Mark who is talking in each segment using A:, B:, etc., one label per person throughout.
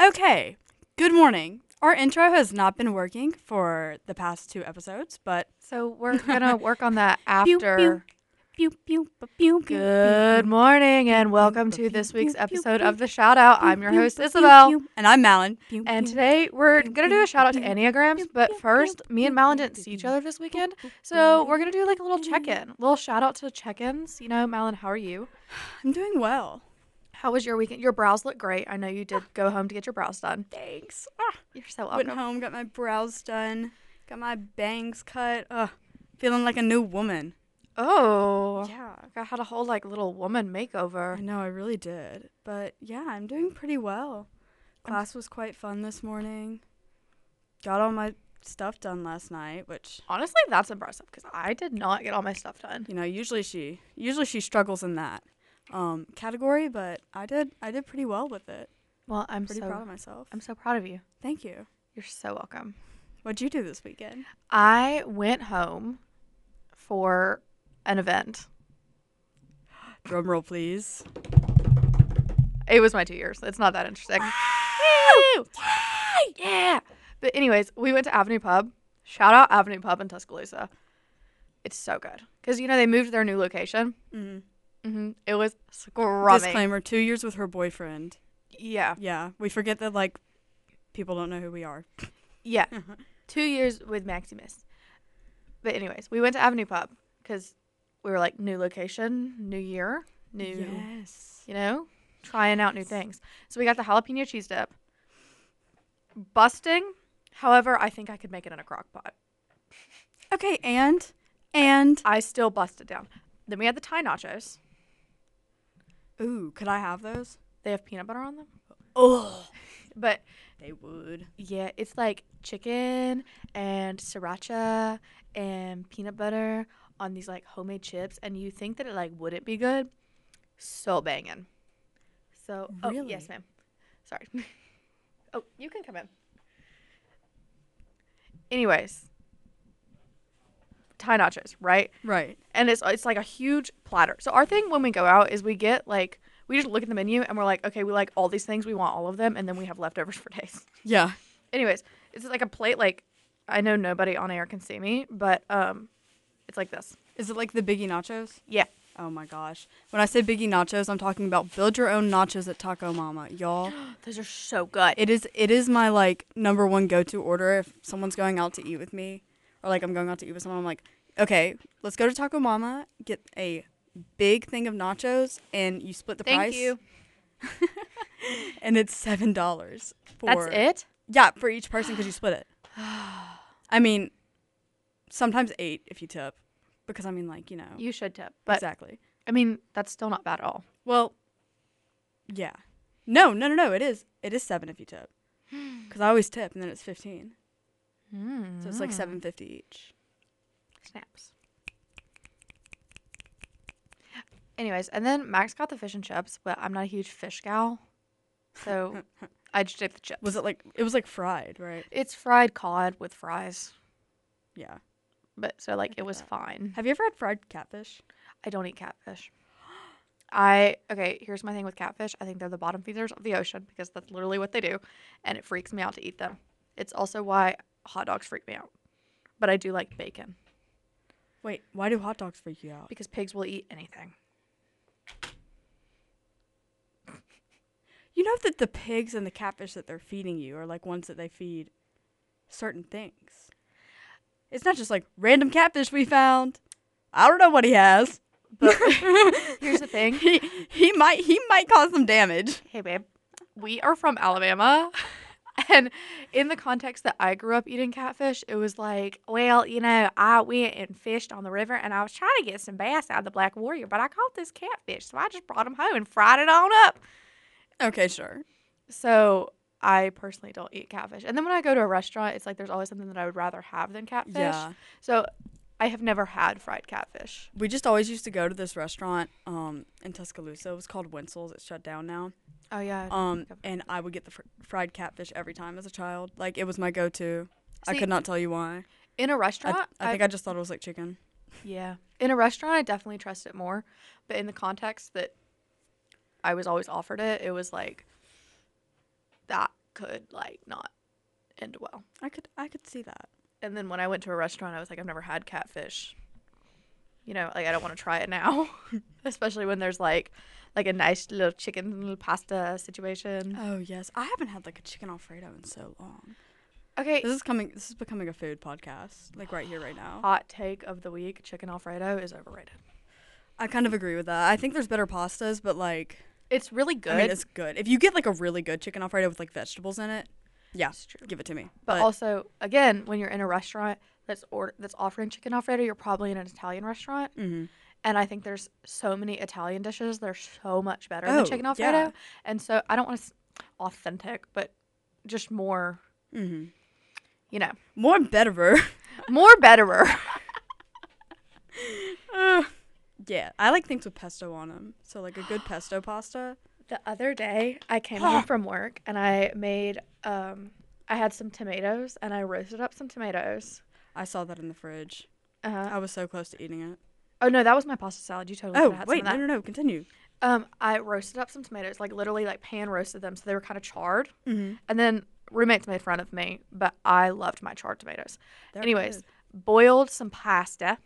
A: Okay. Good morning. Our intro has not been working for the past two episodes, but
B: So we're gonna work on that
A: Pew,
B: after.
A: pew, pew, ba- pew, pew, pew,
B: Good
A: pew,
B: morning and
A: pew,
B: welcome
A: pew,
B: to this
A: pew,
B: week's
A: pew,
B: episode
A: pew,
B: of the shout out.
A: pew,
B: I'm your
A: pew,
B: host
A: pew,
B: Isabel.
A: pew. and I'm Malin. Pew,
B: And
A: pew,
B: today we're
A: pew,
B: gonna do
A: pew,
B: a shout out to
A: pew,
B: Enneagrams,
A: pew,
B: but
A: pew,
B: first,
A: pew,
B: me and
A: pew,
B: Malin
A: pew,
B: didn't
A: pew,
B: see each
A: pew,
B: other this weekend,
A: pew,
B: so
A: pew.
B: we're gonna do like a little check-in. Little shout out to check-ins. You know, Malin, how are you?
A: I'm doing well.
B: How was your weekend? Your brows look great. I know you did go home to get your brows done.
A: Thanks. Ah,
B: You're so
A: went
B: welcome.
A: home, got my brows done, got my bangs cut. Ugh, feeling like a new woman.
B: Oh,
A: Yeah.
B: I had a whole like little woman makeover.
A: I know, I really did. But yeah, I'm doing pretty well.
B: I'm-
A: Class was quite fun this morning. Got all my stuff done last night, which
B: Honestly, that's impressive because I did not get all my stuff done.
A: you know, usually she usually she struggles in that um, category, but I did I did pretty well with it.
B: Well, I'm
A: Pretty
B: so
A: proud of myself.
B: I'm so proud of you.
A: Thank you.
B: You're so welcome.
A: What'd you do this weekend?
B: I went home for an event.
A: Drum roll, please.
B: It was my two years. It's not that interesting. Woo! Yeah. But anyways, we went to Avenue Pub. Shout out Avenue Pub in Tuscaloosa. It's so good because you know they moved their new location.
A: Mm.
B: hmm It was scrumming.
A: Disclaimer: Two years with her boyfriend.
B: Yeah,
A: Yeah, we forget that like people don't know who we are.
B: yeah. two years with Maximus. But anyways, we went to Avenue Pub because we were like new location, new year, new.
A: Yes.
B: you know, trying out new things. So we got the jalapeno cheese dip. Busting. However, I think I could make it in a crock pot.
A: Okay, and and
B: I still busted down. Then we had the Thai nachos.
A: ooh, could I have those?
B: They have peanut butter on them.
A: Oh,
B: But
A: they would.
B: yeah, it's like chicken and sriracha and peanut butter on these like homemade chips. And you think that it like wouldn't be good. So banging. So, oh,
A: Really?
B: yes, ma'am. Sorry. oh, you can come in. Anyways, Thai nachos, right?
A: Right.
B: And it's it's like a huge platter. So our thing when we go out is we get like we just look at the menu and we're like, okay, we like all these things, we want all of them, and then we have leftovers for days.
A: Yeah.
B: Anyways, it's like a plate like I know nobody on air can see me, but um, it's like this.
A: Is it like the Biggie Nachos?
B: Yeah.
A: Oh my gosh. When I say Biggie Nachos, I'm talking about build your own nachos at Taco Mama, y'all.
B: Those are so good.
A: It is it is my like number one go to order if someone's going out to eat with me, or like I'm going out to eat with someone. I'm like, okay, let's go to Taco Mama, get a big thing of nachos, and you split the
B: Thank
A: price.
B: you.
A: And it's seven dollars.
B: That's it.
A: Yeah, for each person because you split it. I mean, sometimes eight if you tip, because I mean, like you know,
B: You should tip, but
A: exactly.
B: I mean that's still not bad at all.
A: Well, yeah, no, no, no, no. It is it is seven if you tip, because I always tip and then it's fifteen, Hmm. so
B: Ah.
A: it's like seven fifty each.
B: Snaps. Anyways, and then Max got the fish and chips, but I'm not a huge fish gal. So I just ate the chips.
A: Was it like it was like fried, right?
B: It's fried cod with fries.
A: Yeah.
B: But so like
A: get
B: it was
A: that.
B: fine.
A: Have you ever had fried catfish?
B: I don't eat catfish. I okay, here's my thing with catfish. I think they're the bottom feeders of the ocean because that's literally what they do and it freaks me out to eat them. It's also why hot dogs freak me out. But I do like bacon
A: Wait, why do hot dogs freak you out?
B: because pigs will eat anything.
A: You know that the pigs and the catfish that they're feeding you are like ones that they feed certain things. It's not just like random catfish we found. I don't know what he has, but
B: Here's the thing.
A: he, he might he might cause some damage.
B: Hey, babe. We are from Alabama. And in the context that I grew up eating catfish, it was like, well, you know, I went and fished on the river and I was trying to get some bass out of the Black Warrior, but I caught this catfish. So I just brought him home and fried it on up.
A: Okay, sure.
B: So I personally don't eat catfish. And then when I go to a restaurant, it's like there's always something that I would rather have than catfish.
A: Yeah.
B: So I have never had fried catfish.
A: We just always used to go to this restaurant um in Tuscaloosa. It was called Wenzel's. It's shut down now.
B: Oh, yeah.
A: Um,
B: think I've
A: and I would get the fr- fried catfish every time as a child. Like it was my go-to. I
B: See-
A: could not tell you why.
B: in a
A: I,
B: restaurant,
A: I think I just thought it was like chicken.
B: Yeah. In a restaurant, I definitely trust it more. But in the context that I was always offered it, it was like that could like not end well.
A: I could I could see that.
B: And then when I went to a restaurant, I was like, I've never had catfish. You know, like I don't want to try it now, especially when there's like like a nice little chicken little pasta situation.
A: Oh yes, I haven't had like a chicken alfredo in so long.
B: Okay,
A: This is coming. This is becoming a food podcast, like right here, right now.
B: hot take of the week: chicken alfredo is overrated.
A: I kind of agree with that. I think there's better pastas, but like,
B: It's really good.
A: I mean, it's good. If you get like a really good chicken alfredo with like vegetables in it, yeah,
B: It's true.
A: give it to me.
B: But, also, again, when you're in a restaurant that's or- that's offering chicken alfredo, you're probably in an Italian restaurant,
A: Mhm.
B: and I think there's so many Italian dishes that are so much better
A: Oh,
B: than chicken
A: yeah.
B: alfredo. And so I don't want to authentic, but just more,
A: Mhm.
B: you know,
A: more betterer.
B: more betterer.
A: Uh, yeah, I like things with pesto on them. So like a good pesto pasta.
B: the other day, I came home from work and I made um I had some tomatoes and I roasted up some tomatoes.
A: I saw that in the fridge.
B: Uh,
A: I was so close to eating it.
B: oh no, that was my pasta salad. You totally could
A: Oh
B: have had
A: wait,
B: some of that.
A: no, no, no. Continue.
B: Um, I roasted up some tomatoes, like literally like pan roasted them, so they were kind of charred.
A: Mhm.
B: And then roommates made fun of me, but I loved my charred tomatoes.
A: They're
B: Anyways,
A: good.
B: boiled some pasta,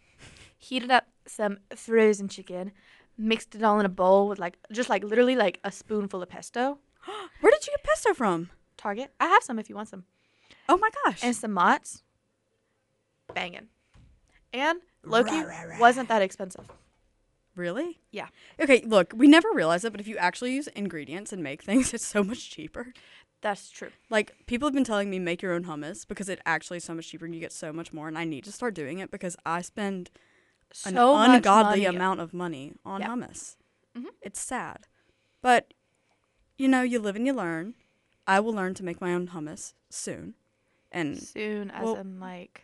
B: heated up some frozen chicken, mixed it all in a bowl with like just like literally like a spoonful of pesto.
A: where did you get pesto from?
B: Target, I have some if you want some,
A: Oh my gosh.
B: and some mozz. Banging, and Loki
A: Rah, rah, rah.
B: wasn't that expensive.
A: Really?
B: Yeah.
A: Okay, look, we never realize it, but if you actually use ingredients and make things, it's so much cheaper.
B: That's true.
A: Like, people have been telling me make your own hummus because it actually is so much cheaper and you get so much more. And I need to start doing it because I spend
B: So
A: an
B: much
A: ungodly
B: money.
A: amount of money on
B: Yeah.
A: hummus.
B: Mhm.
A: It's sad. But, you know, you live and you learn. I will learn to make my own hummus soon. And
B: soon as
A: Well,
B: in like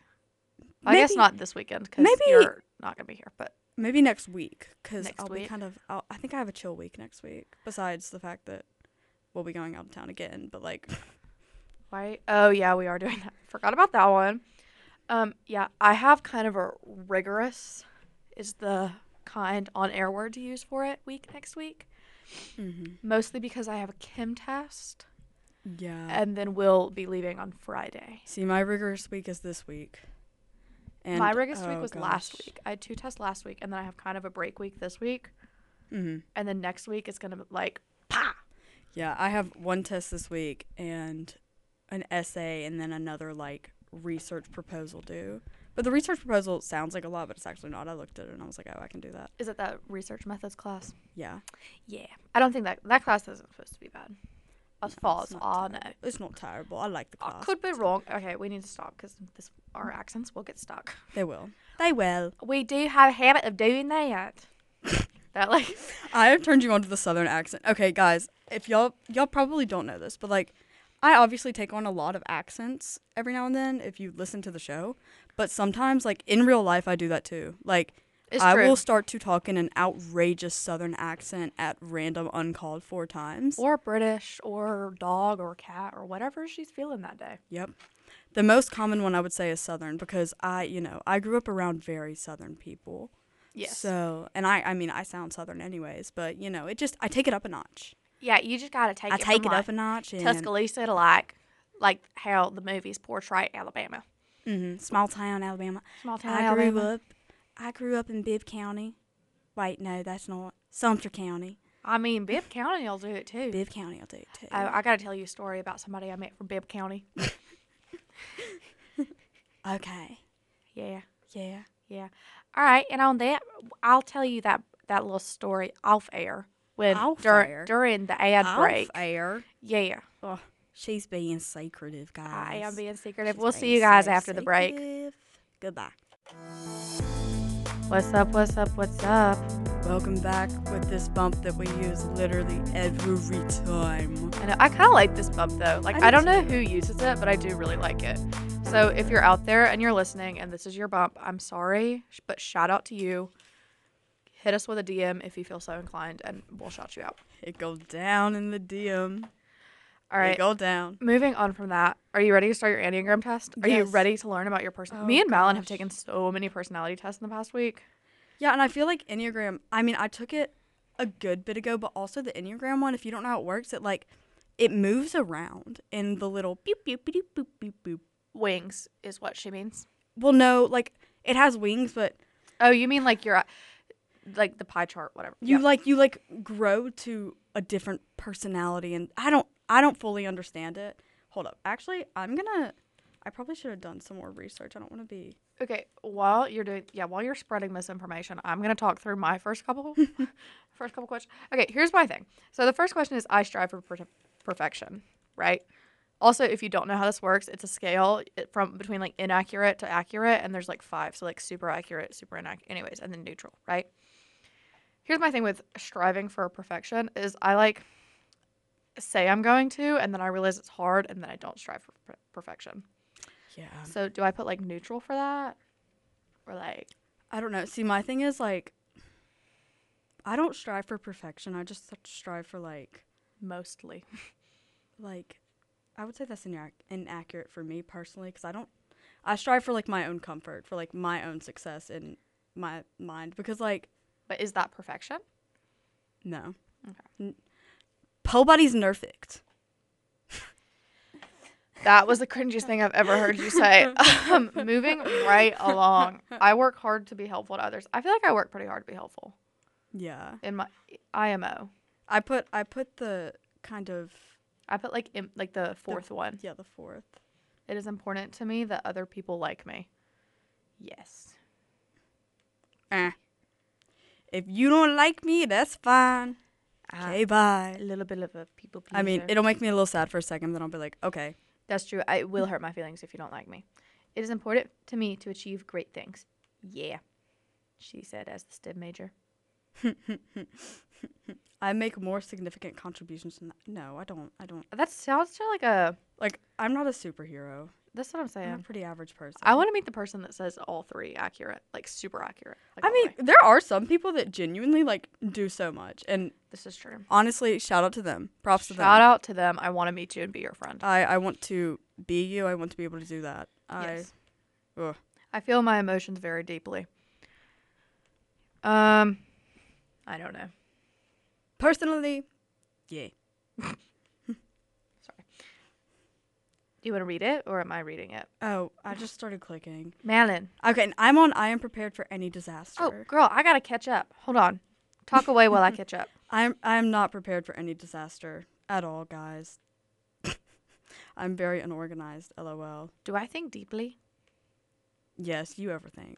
B: I guess
A: maybe-
B: not this weekend because
A: maybe-
B: you're not gonna be here. But
A: maybe next week because
B: Next
A: I'll be
B: week.
A: kind of. I'll, I think I have a chill week next week. Besides the fact that we'll be going out of town again, but like,
B: why? Oh yeah, we are doing that. Forgot about that one. Um, yeah, I have kind of a rigorous is the kind on air word to use for it week next week. Mm-hmm. Mostly because I have a chem test
A: yeah.
B: and then we'll be leaving on Friday.
A: See, my rigorous week is this week. And
B: My rigorous week
A: oh,
B: was last
A: gosh.
B: week. I had two tests last week and then I have kind of a break week this week.
A: Mhm.
B: And then next week it's gonna be like pa
A: Yeah, I have one test this week and an essay and then another like research proposal due. But the research proposal sounds like a lot, but it's actually not. I looked at it and I was like, oh, I can do that.
B: is it that research methods class?
A: Yeah.
B: Yeah, I don't think that that class isn't supposed to be bad, as far
A: it's
B: as
A: not
B: I know.
A: terrible. It's not terrible. I like the class.
B: I could be wrong. Okay, we need to stop because this our accents will get stuck.
A: They will. They will.
B: We do have a habit of doing that. that like
A: I have turned you on to the southern accent. Okay, guys, if y'all y'all probably don't know this, but like I obviously take on a lot of accents every now and then if you listen to the show, but sometimes like in real life I do that too. Like
B: It's
A: I
B: true.
A: will start to talk in an outrageous southern accent at random uncalled for times.
B: or British or dog or cat or whatever she's feeling that day.
A: Yep. The most common one I would say is southern because I, you know, I grew up around very southern people. So, and I I mean I sound southern anyways, but you know, it just I take it up a notch.
B: yeah, you just gotta take.
A: I
B: it
A: take
B: from,
A: it up a
B: like,
A: notch and
B: Tuscaloosa to like like how the movies portray Alabama,
A: Mm-hmm. Small town Alabama.
B: small town
A: I
B: Alabama.
A: grew up. I grew up in Bibb County. Wait, no, that's not Sumter County.
B: I mean, Bibb County will do it too.
A: Bibb County, I'll do it too.
B: Oh, I gotta tell you a story about somebody I met from Bibb County.
A: okay,
B: Yeah.
A: yeah.
B: Yeah. All right. And on that, I'll tell you that that little story off air when
A: Off
B: dur-
A: air?
B: during the ad break.
A: air.
B: Yeah.
A: Oh, she's being secretive, guys.
B: I am being secretive.
A: She's
B: we'll see
A: being
B: you guys
A: so
B: after the break.
A: secretive. Goodbye.
B: What's up? What's up? What's up?
A: Welcome back with this bump that we use literally every time.
B: I know. I kind of like this bump though. Like
A: I
B: I,
A: do
B: don't know
A: too.
B: who uses it, but I do really like it. So if you're out there and you're listening and this is your bump, I'm sorry, sh- but shout out to you. Hit us with a DM if you feel so inclined, and we'll shout you out.
A: It goes down in the DM.
B: All right.
A: It goes down.
B: Moving on from that, are you ready to start your Enneagram test? Are you
A: Yes.
B: ready to learn about your person?
A: Oh,
B: Me and Malin have
A: gosh.
B: taken so many personality tests in the past week.
A: Yeah, and I feel like Enneagram, I mean, I took it a good bit ago, but also the Enneagram one, if you don't know how it works, it like it moves around in the little beep beep beep boop beep boop.
B: Wings is what she means.
A: Well, no, like it has wings, but
B: Oh, you mean like your, like the pie chart, whatever.
A: you
B: Yeah.
A: like you like grow to a different personality, and I don't I don't fully understand it. Hold up, actually, I'm gonna. I probably should have done some more research. I don't want to be.
B: Okay, while you're doing yeah, while you're spreading misinformation, I'm gonna talk through my first couple first couple questions. Okay, here's my thing. So the first question is I strive for per- perfection, right? Also, if you don't know how this works, it's a scale it- from between like inaccurate to accurate, and there's like five, so like super accurate, super inaccurate, anyways, and then neutral, right? Here's my thing with striving for perfection is I like say I'm going to, and then I realize it's hard, and then I don't strive for per- perfection.
A: Yeah.
B: So do I put like neutral for that? Or like
A: I don't know. See, my thing is like, I don't strive for perfection. I just strive for like,
B: mostly.
A: like, I would say that's inac- inaccurate for me personally because I don't. I strive for like my own comfort, for like my own success in my mind because like
B: But is that perfection?
A: no,
B: Okay.
A: N- nobody's perfect.
B: That was the cringiest thing I've ever heard you say. um, moving right along. I work hard to be helpful to others. I feel like I work pretty hard to be helpful
A: Yeah,
B: in my IMO.
A: I put I put the kind of
B: I put like im like the fourth one.
A: yeah the fourth.
B: It is important to me that other people like me. Yes.
A: Eh. If you don't like me, that's fine.
B: Ah,
A: Okay, bye.
B: a little bit of a people pleaser.
A: I mean, it'll make me a little sad for a second, then I'll be like, okay,
B: That's true. I, it will
A: Mm.
B: hurt my feelings if you don't like me. It is important to me to achieve great things. Yeah, she said as the STEM major.
A: I make more significant contributions than that. No, I don't. I don't.
B: That sounds to like a.
A: Like, I'm not a superhero.
B: That's what I'm
A: I'm a
B: saying.
A: pretty average person.
B: I want to meet the person that says all three accurate, like super accurate. Like
A: I
B: all the
A: mean,
B: way.
A: there are some people that genuinely like do so much, and
B: this is true.
A: honestly, shout out to them. Props to
B: Shout
A: them.
B: out to them. I want to meet you and be your friend.
A: I I want to be you. I want to be able to do that. I
B: yes.
A: ugh.
B: I feel my emotions very deeply. Um, I don't know.
A: personally, yeah.
B: Sorry. Do you want to read it or am I reading it?
A: Oh, I just started clicking.
B: Malin.
A: Okay, and I'm on. I am prepared for any
B: Oh,
A: disaster.
B: girl, I gotta catch up. Hold on. Talk away while I catch up.
A: I'm I'm not prepared for any disaster at all, guys. I'm very unorganized. LOL.
B: Do I think deeply?
A: Yes, you overthink.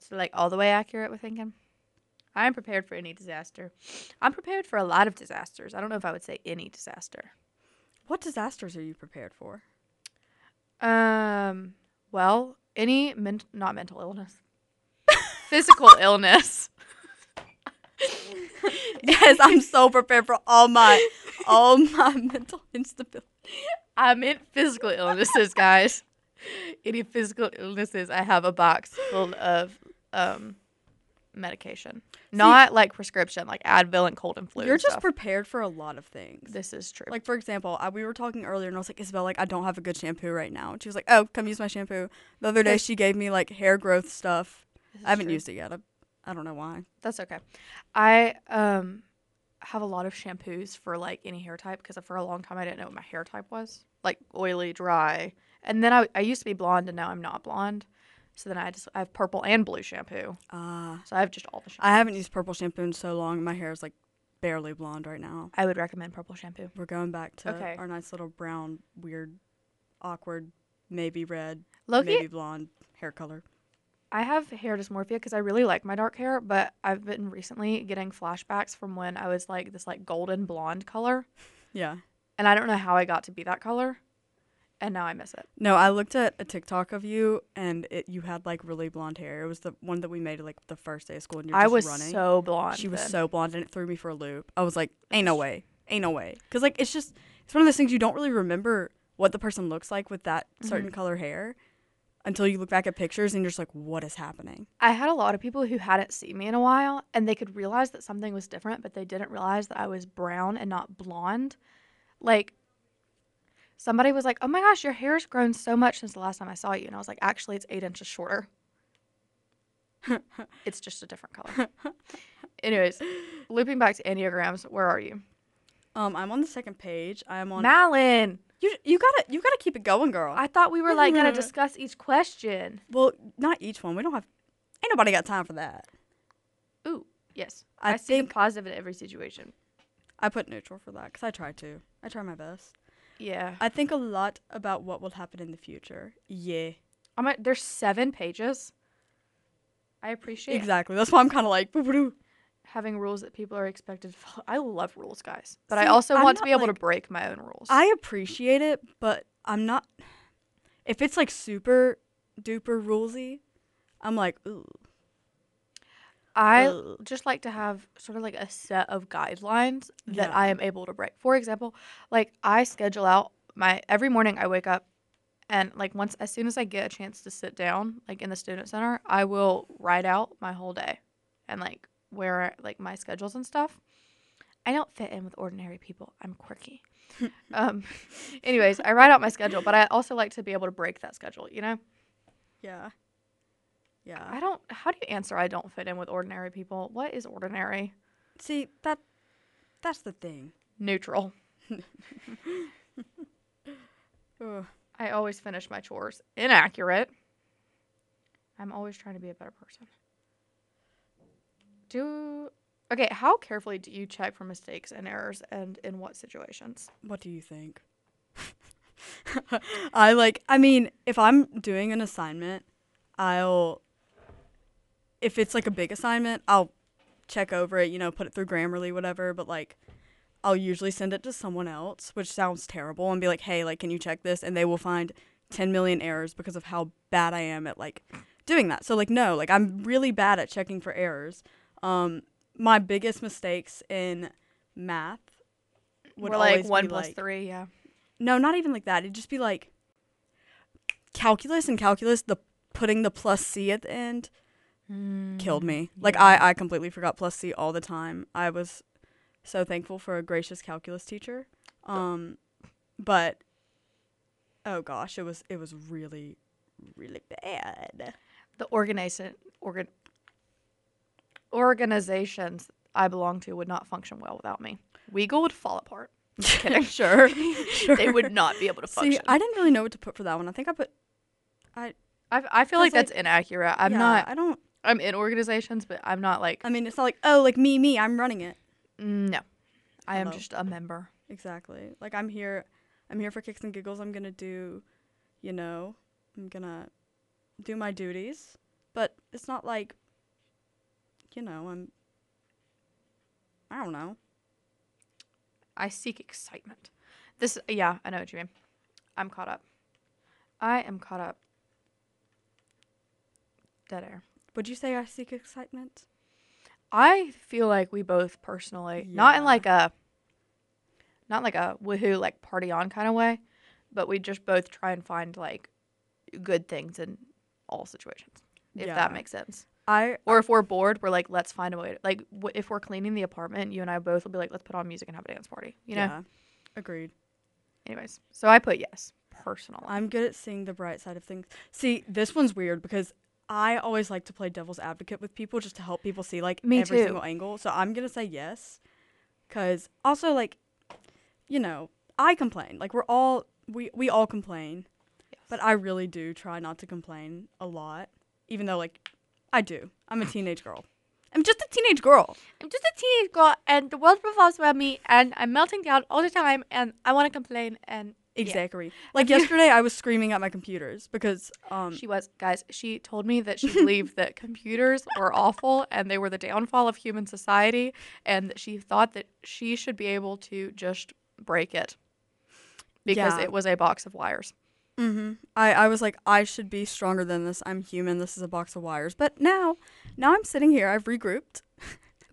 B: So like all the way accurate with thinking? I am prepared for any disaster. I'm prepared for a lot of disasters. I don't know if I would say any disaster.
A: What disasters are you prepared for?
B: Um, well, any men- not mental illness. Physical illness.
A: yes, I'm so prepared for all my all my mental instability.
B: I meant physical illnesses, guys. Any physical illnesses, I have a box full of um medication. Not like prescription, like Advil and cold and flu.
A: You're
B: and
A: just
B: stuff.
A: prepared for a lot of things.
B: This is true.
A: Like for example, I, we were talking earlier, and I was like, Isabel, like I don't have a good shampoo right now. And she was like, Oh, come use my shampoo. The other day,
B: Yes.
A: she gave me like hair growth stuff.
B: This
A: I
B: is
A: haven't
B: true.
A: used it yet. I, I don't know why.
B: That's okay. I um have a lot of shampoos for like any hair type because for a long time I didn't know what my hair type was. Like oily, dry. And then I, I used to be blonde and now I'm not blonde. So then I just I have purple and blue shampoo.
A: Ah.
B: So I have just all the shampoo.
A: I haven't used purple shampoo in so long. My hair is like barely blonde right now.
B: I would recommend purple shampoo.
A: We're going back to
B: Okay.
A: our nice little brown, weird, awkward, maybe red,
B: Loki,
A: maybe blonde hair color.
B: I have hair dysmorphia because I really like my dark hair, but I've been recently getting flashbacks from when I was like this like golden blonde color,
A: Yeah.
B: and I don't know how I got to be that color, and now I miss it.
A: No, I looked at a TikTok of you, and it you had like really blonde hair. It was the one that we made like the first day of school, and you were
B: I
A: just
B: was
A: running.
B: so blonde.
A: she was
B: then.
A: so blonde, and it threw me for a loop. I was like, "Ain't no way, ain't no way," because like it's just it's one of those things you don't really remember what the person looks like with that
B: Mm-hmm.
A: certain color hair until you look back at pictures and you're just like, "What is happening?"
B: I had a lot of people who hadn't seen me in a while, and they could realize that something was different, but they didn't realize that I was brown and not blonde. Like somebody was like, "Oh my gosh, your hair's grown so much since the last time I saw you," and I was like, "Actually, it's eight inches shorter." it's just a different color. Anyways, looping back to enneagrams, where are you?
A: Um, I'm on the second page. I'm on.
B: Malin,
A: you you gotta you gotta keep it going, girl.
B: I thought we were like gonna discuss each question.
A: well, not each one. We don't have. Ain't nobody got time for that.
B: Ooh, yes.
A: I
B: I, see the
A: think-
B: positive in every situation.
A: I put neutral for that because I try to. I try my best.
B: Yeah.
A: I think a lot about what will happen in the future. Yeah,
B: I'm at, there's seven pages. I appreciate
A: exactly. That's why I'm kind of like. "Boo-boo-doo."
B: having rules that people are expected to follow. I love rules, guys. But I
A: See,
B: also
A: I'm
B: want to
A: not,
B: be able to
A: like-
B: break my own rules.
A: I appreciate it, but I'm not. If it's like super duper rulesy, I'm like, ooh.
B: I
A: Ugh.
B: just like to have sort of like a set of guidelines that
A: Yeah.
B: I am able to break. For example, like I schedule out my every morning I wake up and like once as soon as I get a chance to sit down like in the student center, I will write out my whole day and like where like my schedules and stuff. I don't fit in with ordinary people. I'm quirky. um anyways, I write out my schedule, but I also like to be able to break that schedule, you know?
A: Yeah. Yeah.
B: I don't how do you answer I don't fit in with ordinary people? What is ordinary?
A: See that that's the thing.
B: Neutral.
A: Ugh.
B: I always finish my chores. Inaccurate. I'm always trying to be a better person. Do okay. How carefully do you check for mistakes and errors, and in what situations?
A: What do you think? I like I mean, if I'm doing an assignment, I'll if it's like a big assignment, I'll check over it, you know, put it through Grammarly whatever, but like I'll usually send it to someone else, which sounds terrible and be like, "Hey, like can you check this?" and they will find 10 million errors because of how bad I am at like doing that. So like no, like I'm really bad at checking for errors. Um my biggest mistakes in math would
B: We're like
A: always
B: one
A: be,
B: plus
A: like-
B: three. Yeah.
A: no, not even like that. It'd just be like calculus and calculus, the putting the plus C at the end killed me.
B: Mm-hmm.
A: Like I, I completely forgot plus C all the time. I was so thankful for a gracious calculus teacher. Um but oh gosh, it was it was really, really bad.
B: The organization organ organizations I belong to would not function well without me. Weagle would fall apart. Just kidding.
A: sure. sure.
B: They would not be able to function.
A: See, I didn't really know what to put for that one. I think I put
B: I, I feel like
A: 'cause, like-
B: that's inaccurate. I'm
A: yeah,
B: not.
A: I don't
B: I'm in organizations, but I'm not like
A: I mean it's not like, oh like me, me, I'm running it.
B: No. I am
A: Hello.
B: just a member.
A: Exactly. Like I'm here I'm here for kicks and giggles. I'm going to do, you know, I'm going to do my duties, but it's not like you know, I'm I don't know.
B: I seek excitement. This yeah, I know what you mean. I'm caught up. I am caught up. Dead air.
A: Would you say I seek excitement?
B: I feel like we both personally, not in
A: Yeah.
B: like a not like a woohoo like party on kind of way, but we just both try and find like good things in all situations. If
A: Yeah.
B: that makes sense.
A: I
B: Or if we're bored, we're like, let's find a way. To, like, w- if we're cleaning the apartment, you and I both will be like, let's put on music and have a dance party. You know.
A: yeah. Agreed.
B: Anyways, so I put yes, personal.
A: I'm good at seeing the bright side of things. See, this one's weird because I always like to play devil's advocate with people just to help people see like
B: Me
A: every
B: too.
A: single angle. So I'm gonna say yes, because also like, you know, I complain. Like we're all we we all complain, but I really do try not to complain a lot, even though like I do. I'm a teenage girl. I'm just a teenage girl.
B: I'm just a teenage girl, and the world revolves around me, and I'm melting down all the time, and I want to complain. And yeah.
A: Exactly. Like yesterday, I was screaming at my computers because um
B: she was, guys. She told me that she believed that computers were awful and they were the downfall of human society, and that she thought that she should be able to just break it because
A: Yeah.
B: it was a box of wires.
A: Mm-hmm. I, I was like, I should be stronger than this. I'm human. This is a box of wires. But now, now I'm sitting here. I've regrouped,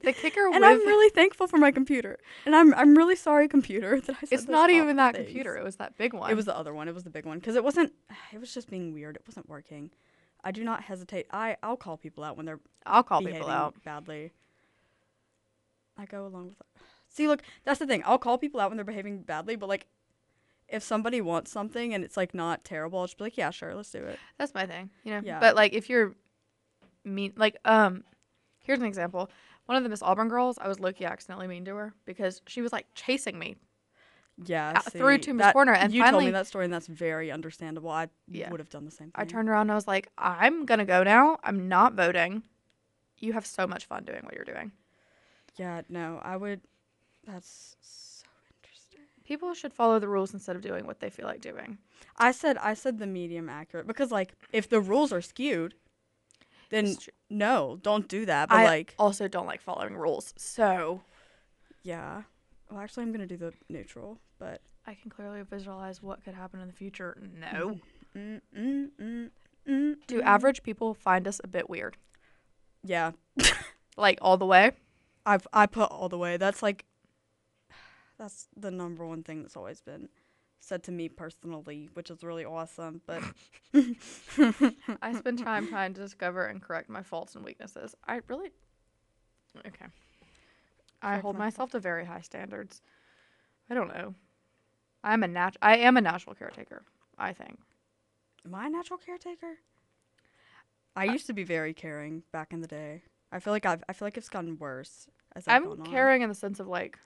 B: The kicker
A: and
B: with
A: I'm really thankful for my computer. And I'm I'm really sorry, computer, that I said
B: it's
A: those
B: not even
A: awful
B: that
A: things.
B: computer. It was that big one.
A: It was the other one. It was the big one because it wasn't. It was just being weird. It wasn't working. I do not hesitate. I I'll call people out when they're
B: I'll call people
A: behaving
B: out.
A: badly. I go along with. See, look, that's the thing. I'll call people out when they're behaving badly, but like, if somebody wants something and it's like not terrible, I'll just be like, yeah, sure, let's do it.
B: That's my thing, you know.
A: Yeah.
B: But like if you're mean like um here's an example. One of the Miss Auburn girls, I was low key accidentally mean to her because she was like chasing me.
A: Yeah.
B: Uh, through
A: see,
B: to Miss
A: that-
B: Corner, and
A: you told
B: finally-
A: me that story, and that's very understandable. I
B: Yeah.
A: would have done the same thing.
B: I turned around and I was like, I'm going to go now. I'm not voting. You have so much fun doing what you're doing.
A: Yeah. No, I would. That's so interesting.
B: People should follow the rules instead of doing what they feel like doing.
A: I said I said the medium accurate because like if the rules are skewed, then
B: It's true.
A: no, don't do that. But
B: I
A: like,
B: also don't like following rules. So
A: yeah. Well, actually, I'm gonna do the neutral, but
B: I can clearly visualize what could happen in the future. No.
A: mm, mm, mm, mm,
B: Do average people find us a bit weird?
A: yeah.
B: Like all the way?
A: I've I put all the way. That's like that's the number one thing that's always been said to me personally, which is really awesome. But
B: I spend time trying to discover and correct my faults and weaknesses. I really. Okay. I
A: Correct
B: hold
A: my
B: myself to very high standards. I don't know. I'm a nat- I am a natural caretaker, I think.
A: am I a natural caretaker? I used to be very caring back in the day. I feel like I've I feel like it's gotten worse as I've
B: I'm
A: gone on.
B: caring in the sense of like,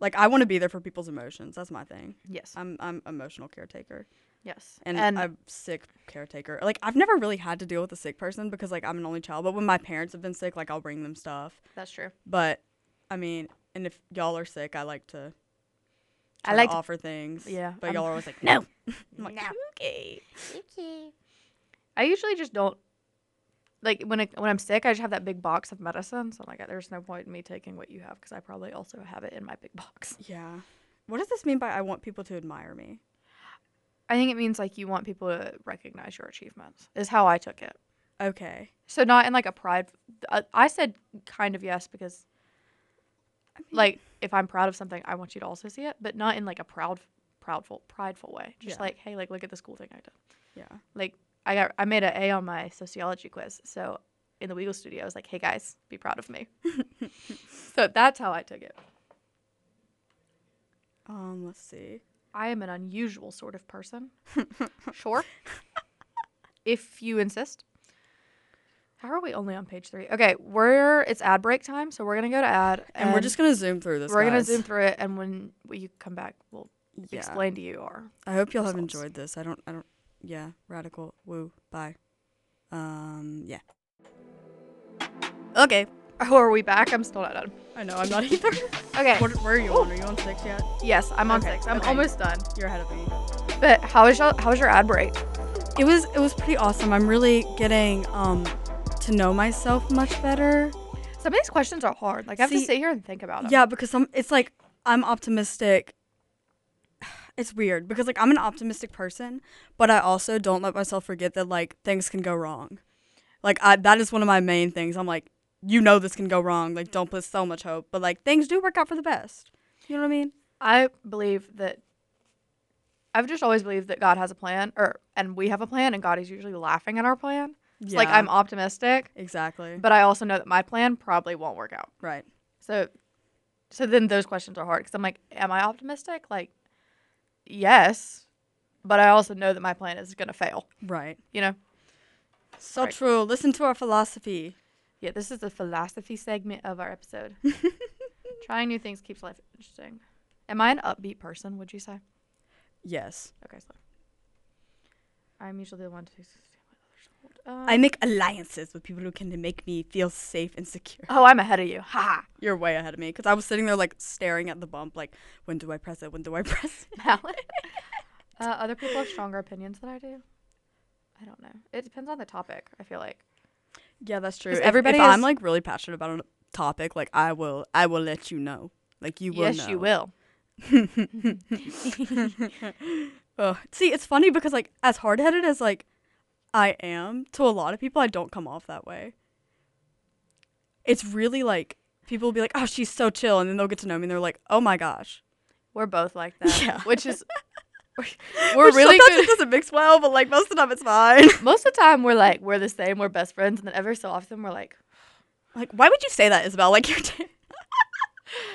A: Like I want to be there for people's emotions. That's my thing.
B: yes.
A: I'm I'm emotional caretaker
B: uh, yes.
A: and, I'm sick caretaker. Like I've never really had to deal with a sick person because like I'm an only child. But when my parents have been sick, like I'll bring them stuff.
B: that's true.
A: But I mean, and if y'all are sick, I like to.
B: I
A: try
B: like
A: to
B: to-
A: offer things.
B: Yeah,
A: but
B: I'm-
A: y'all are always like, no. I'm like,
B: No.
A: okay.
B: I usually just don't like when I, when I'm sick. I just have that big box of medicine, so I'm like, there's no point in me taking what you have because I probably also have it in my big box.
A: Yeah. What does this mean by I want people to admire me?
B: I think it means like you want people to recognize your achievements is how I took it.
A: Okay.
B: So not in like a pride. I, I said kind of yes because
A: I mean,
B: like if I'm proud of something, I want you to also see it, but not in like a proud, proudful, prideful way. Just
A: Yeah.
B: like hey, like look at this cool thing I did.
A: yeah.
B: Like I got I made an A on my sociology quiz, so in the Weagle studio, I was like, hey guys, be proud of me. so that's how I took it.
A: Um, let's see.
B: I am an unusual sort of person. sure. if you insist. How are we only on page three? Okay, we're it's ad break time, so we're gonna go to ad,
A: And, we're just gonna zoom through this.
B: we're gonna
A: guys.
B: zoom through it, and when you come back, we'll
A: Yeah.
B: explain to you our
A: I hope y'all have
B: results.
A: enjoyed this. I don't. I don't. Yeah. Radical. Woo. Bye. Um. Yeah. Okay.
B: Oh, are we back? I'm still not done.
A: I know. I'm not either.
B: Okay.
A: what, where are you
B: Ooh.
A: on? Are you on six yet?
B: Yes, I'm on
A: Okay,
B: six. I'm
A: okay.
B: almost done.
A: You're ahead of me.
B: But how is your how was your ad break?
A: it was it was pretty awesome. I'm really getting um to know myself much better.
B: Some of these questions are hard. Like I have to
A: See-
B: sit here and think about them.
A: Yeah, because I'm it's like I'm optimistic. It's weird because like I'm an optimistic person, but I also don't let myself forget that like things can go wrong. Like I that is one of my main things. I'm like you know this can go wrong. Like don't put so much hope, but like things do work out for the best. You know what I mean?
B: I believe that I've just always believed that God has a plan, or and we have a plan, and God is usually laughing at our plan. It's like I'm optimistic,
A: exactly
B: but I also know that my plan probably won't work out.
A: right.
B: So, so then those questions are hard because I'm like, am I optimistic? Like, yes, but I also know that my plan is gonna fail.
A: Right.
B: You know?
A: So
B: Right.
A: true. Listen to our philosophy.
B: Yeah. This is the philosophy segment of our episode. Trying new things keeps life interesting. Am I an upbeat person? Would you say?
A: Yes.
B: Okay, so I'm usually the one to others hold.
A: I make alliances with people who can make me feel safe and secure.
B: oh, I'm ahead of you. Ha!
A: You're way ahead of me because I was sitting there like staring at the bump, like when do I press it? When do I press it?
B: ha. uh, other people have stronger opinions than I do. I don't know. It depends on the topic. I feel like
A: Yeah, that's true.
B: 'Cause everybody
A: everybody, if I'm
B: is-
A: like really passionate about a topic, like I will, I will let you know. Like you will.
B: yes, you
A: know.
B: will.
A: Ugh. See, it's funny because like as hard headed as like I am to a lot of people, I don't come off that way. It's really like people will be like, "Oh, she's so chill," and then they'll get to know me and they're like, "Oh my gosh."
B: We're both like that.
A: Yeah.
B: Which is we're
A: Which
B: really
A: sometimes
B: good.
A: it doesn't mix well, but like most of the time it's fine.
B: Most of the time, we're like we're the same. We're best friends, and then every so often, we're like
A: Like, why would you say that, Isabel? Like, you're.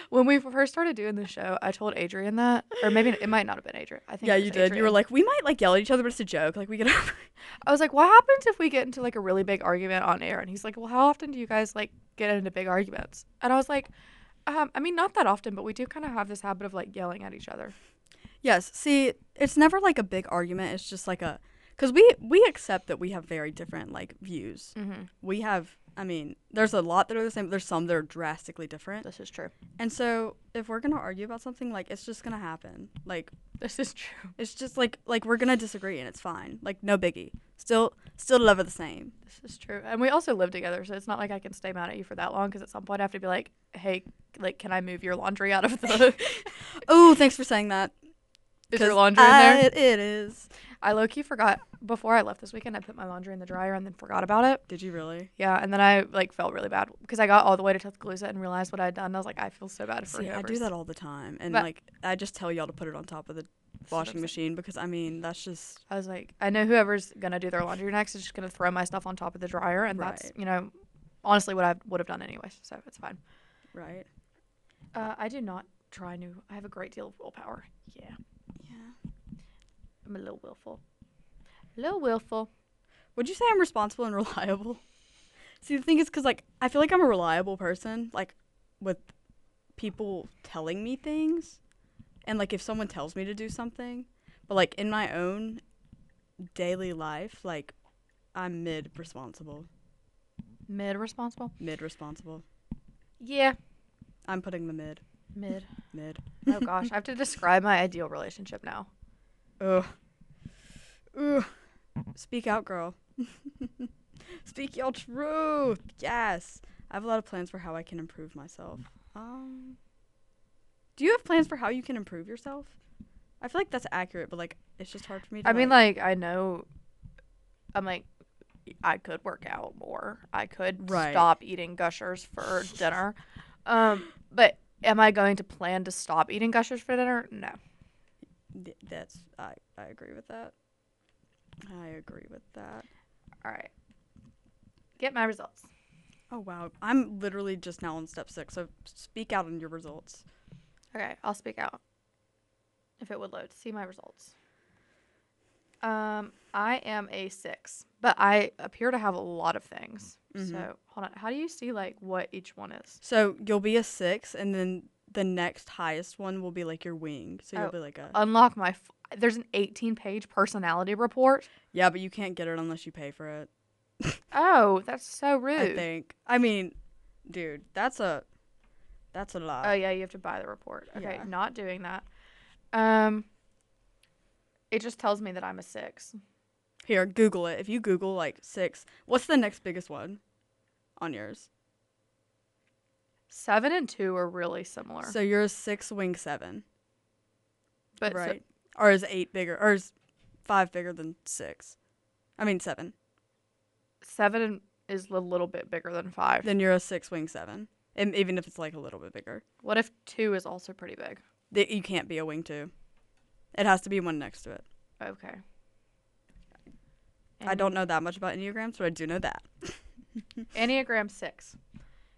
B: when we first started doing the show. I told Adrian that, or maybe it might not have been Adrian. I think
A: yeah,
B: it was
A: you did. You were
B: Adrian.
A: like, we might like yell at each other, but it's a joke. Like, we get over.
B: I was like, what happens if we get into like a really big argument on air? And he's like, well, how often do you guys like get into big arguments. And I was like, um, I mean, not that often, but we do kind of have this habit of like yelling at each other.
A: Yes. See, it's never like a big argument. It's just like a because we we accept that we have very different like views.
B: Mm-hmm.
A: We have. I mean, there's a lot that are the same. But there's some that are drastically different.
B: This is true.
A: And so, if we're gonna argue about something, like it's just gonna happen. Like
B: This is true.
A: it's just like like we're gonna disagree and it's fine. Like no biggie. Still still love it the same.
B: This is true. And we also live together, so it's not like I can stay mad at you for that long because at some point I have to be like, hey, like, can I move your laundry out of the.
A: Oh, thanks for saying that.
B: is your
A: 'cause
B: laundry in
A: I-
B: there?
A: it is.
B: I low key forgot before I left this weekend. I put my laundry in the dryer and then forgot about it.
A: Did you really?
B: Yeah, and then I like felt really bad because I got all the way to Tuscaloosa and realized what I had done. I was like, I feel so bad for
A: See, I do
B: whoever's-
A: that all the time, and
B: But-
A: like I just tell y'all to put it on top of the
B: That's what I'm
A: washing
B: saying.
A: machine because I mean that's just
B: I was like, I know whoever's gonna do their laundry next is just gonna throw my stuff on top of the dryer, and that's
A: Right.
B: you know, honestly what I would have done anyway. So it's fine.
A: right.
B: Uh, I do not try new. I have a great deal of willpower. Yeah,
A: Yeah.
B: I'm a little willful. A little willful.
A: Would you say I'm responsible and reliable? See, the thing is, because like I feel like I'm a reliable person, like with people telling me things, and like if someone tells me to do something, but like in my own daily life, like I'm mid responsible,
B: Mid responsible.
A: mid responsible.
B: Yeah,
A: I'm putting the mid,
B: mid.
A: mid.
B: Oh gosh, I have to describe my ideal relationship now.
A: Ugh. Ugh. Speak out, girl. Speak your truth. Yes. I have a lot of plans for how I can improve myself. Um Do you have plans for how you can improve yourself? I feel like that's accurate, but like it's just hard for me to
B: I mean, like, I know, I'm like, I could work out more. I could
A: Right.
B: stop eating gushers for dinner. Um, but am I going to plan to stop eating gushers for dinner? No.
A: th- that's I, I agree with that. I agree with that.
B: All right. Get my results.
A: Oh wow. I'm literally just now on step six, so speak out on your results.
B: Okay, I'll speak out. If it would load, see my results. Um, I am a six, but I appear to have a lot of things.
A: Mhm.
B: So hold on. How do you see like what each one is?
A: So you'll be a six, and then the next highest one will be like your wing. So you'll
B: Oh,
A: be like a
B: unlock my f- there's an 18 page personality report
A: yeah, but you can't get it unless you pay for it.
B: oh that's so
A: I
B: rude
A: think. I mean, dude, that's a that's a lot.
B: oh yeah you have to buy the report okay
A: Yeah.
B: not doing that um it just tells me that i'm a six
A: Here, Google it. If you Google like six, what's the next biggest one on yours?
B: seven and two are really similar
A: So you're a six wing seven,
B: but Uh, so-
A: right? or is eight bigger? Or is five bigger than six? I mean seven.
B: seven is a little bit bigger than five
A: Then you're a six wing seven, and even if it's like a little bit bigger,
B: what if two is also pretty big
A: that you can't be a wing two. It has to be one next to it.
B: okay
A: I don't know that much about enneagrams, but I do know that.
B: enneagram six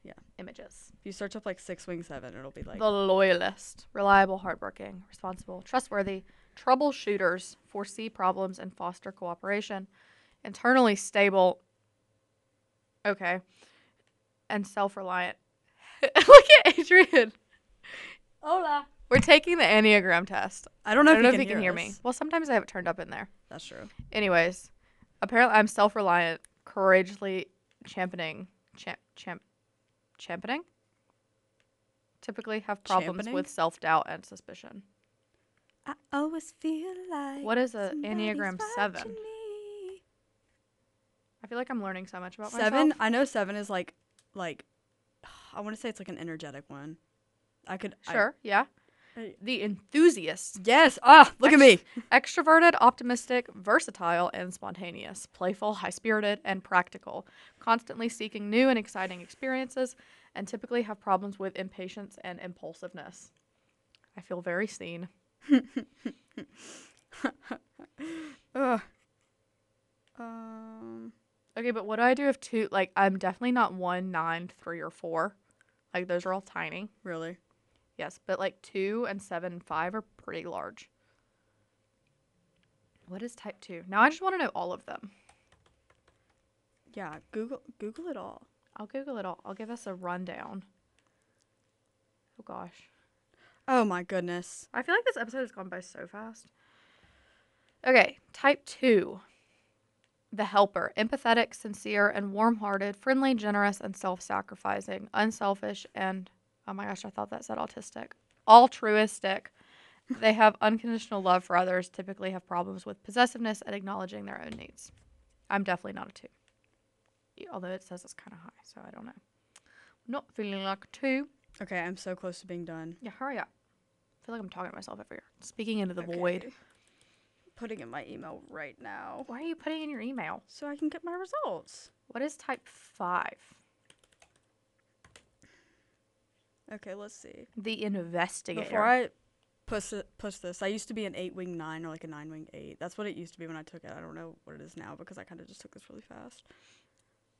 A: Yeah.
B: images
A: If you search up like six wing seven, it'll be like
B: the loyalist, reliable, hardworking, responsible, trustworthy, troubleshooters, foresee problems and foster cooperation, internally stable. Okay. And self reliant. Look at Adrian. Hola. We're taking the Enneagram test.
A: I don't
B: I
A: know
B: don't know
A: if
B: if
A: you
B: you can hear me.
A: us.
B: Well, sometimes I have it turned up in there.
A: That's true.
B: Anyways, apparently I'm self reliant, courageously championing, champ, champ, championing. Typically have problems
A: Championing?
B: with self doubt and suspicion.
A: I always feel like
B: What is a Enneagram seven? I feel like I'm learning so much about
A: Seven.
B: myself.
A: I know seven is like, like, I want to say it's like an energetic one. I could I-
B: Sure, yeah.
A: I-
B: The enthusiast,
A: yes. Ah, look at me.
B: extroverted, optimistic, versatile, and spontaneous, playful, high spirited, and practical, constantly seeking new and exciting experiences, and typically have problems with impatience and impulsiveness. I feel very seen.
A: Ugh. Um.
B: Okay, but what do I do if two? Like, I'm definitely not one, nine, three, or four. Like, those are all tiny.
A: Really?
B: Yes, but like two and seven, and five are pretty large. What is type two? Now I just want to know all of them.
A: Yeah. Google Google it all.
B: I'll Google it all. I'll give us a rundown. Oh gosh.
A: Oh my goodness.
B: I feel like this episode has gone by so fast. Okay, type two. The helper, empathetic, sincere, and warm hearted, friendly, generous, and self sacrificing, unselfish, and oh my gosh, I thought that said autistic. Altruistic. they have unconditional love for others, typically have problems with possessiveness and acknowledging their own needs. I'm definitely not a two. Y- Although it says it's kind of high, so I don't know. Not feeling like a two.
A: Okay, I'm so close to being done.
B: Yeah, hurry up. I feel like I'm talking to myself every year. Speaking into the void.
A: Okay. Putting in my email right now
B: Why are you putting in your email?
A: so I can get my results.
B: What is type five?
A: Okay, let's see.
B: The investigator.
A: Before I push it- push this, I used to be an eight wing nine or like a nine wing eight. That's what it used to be when I took it. I don't know what it is now because I kind of just took this really fast.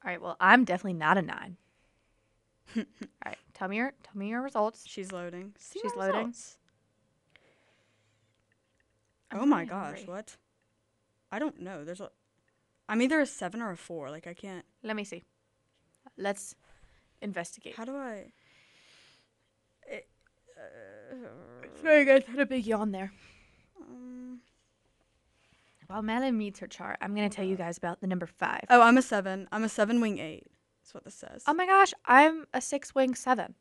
B: All right. Well, I'm definitely not a nine. All right. Tell me your tell me your results.
A: She's loading. See
B: She's
A: my
B: loading.
A: results.
B: I'm
A: oh my
B: really
A: gosh,
B: hungry.
A: what? I don't know. There's a. I'm either a seven or a four. Like I can't.
B: Let me see. Let's investigate.
A: How do I?
B: Very good. Had a big yawn there.
A: Um,
B: While Melon meets her chart, I'm gonna
A: Uh.
B: tell you guys about the number five.
A: oh, I'm a seven. I'm a seven wing eight. That's what this says.
B: Oh my gosh, I'm a six wing seven.